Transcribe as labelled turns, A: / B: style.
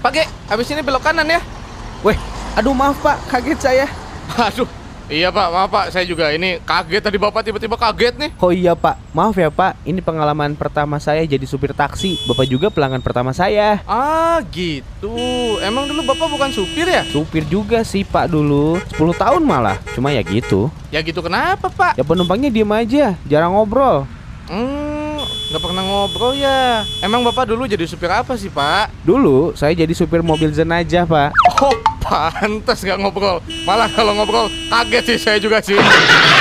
A: Pak G, habis ini belok kanan ya.
B: Weh, aduh maaf pak, kaget saya.
A: Aduh, iya Pak, maaf Pak, saya juga ini kaget tadi Bapak tiba-tiba kaget nih.
B: Oh iya pak, maaf ya pak, ini pengalaman pertama saya jadi supir taksi. Bapak juga pelanggan pertama saya.
A: Ah, gitu. Emang dulu Bapak bukan supir ya?
B: Supir juga sih pak dulu, 10 tahun malah. Cuma ya gitu.
A: Ya gitu kenapa Pak?
B: Ya penumpangnya diem aja, jarang ngobrol.
A: Hmm, nggak pernah ngobrol ya. Emang Bapak dulu jadi supir apa sih Pak?
B: Dulu saya jadi supir mobil jenajah pak.
A: Oh, pantas nggak ngobrol. Malah kalau ngobrol kaget sih saya juga sih.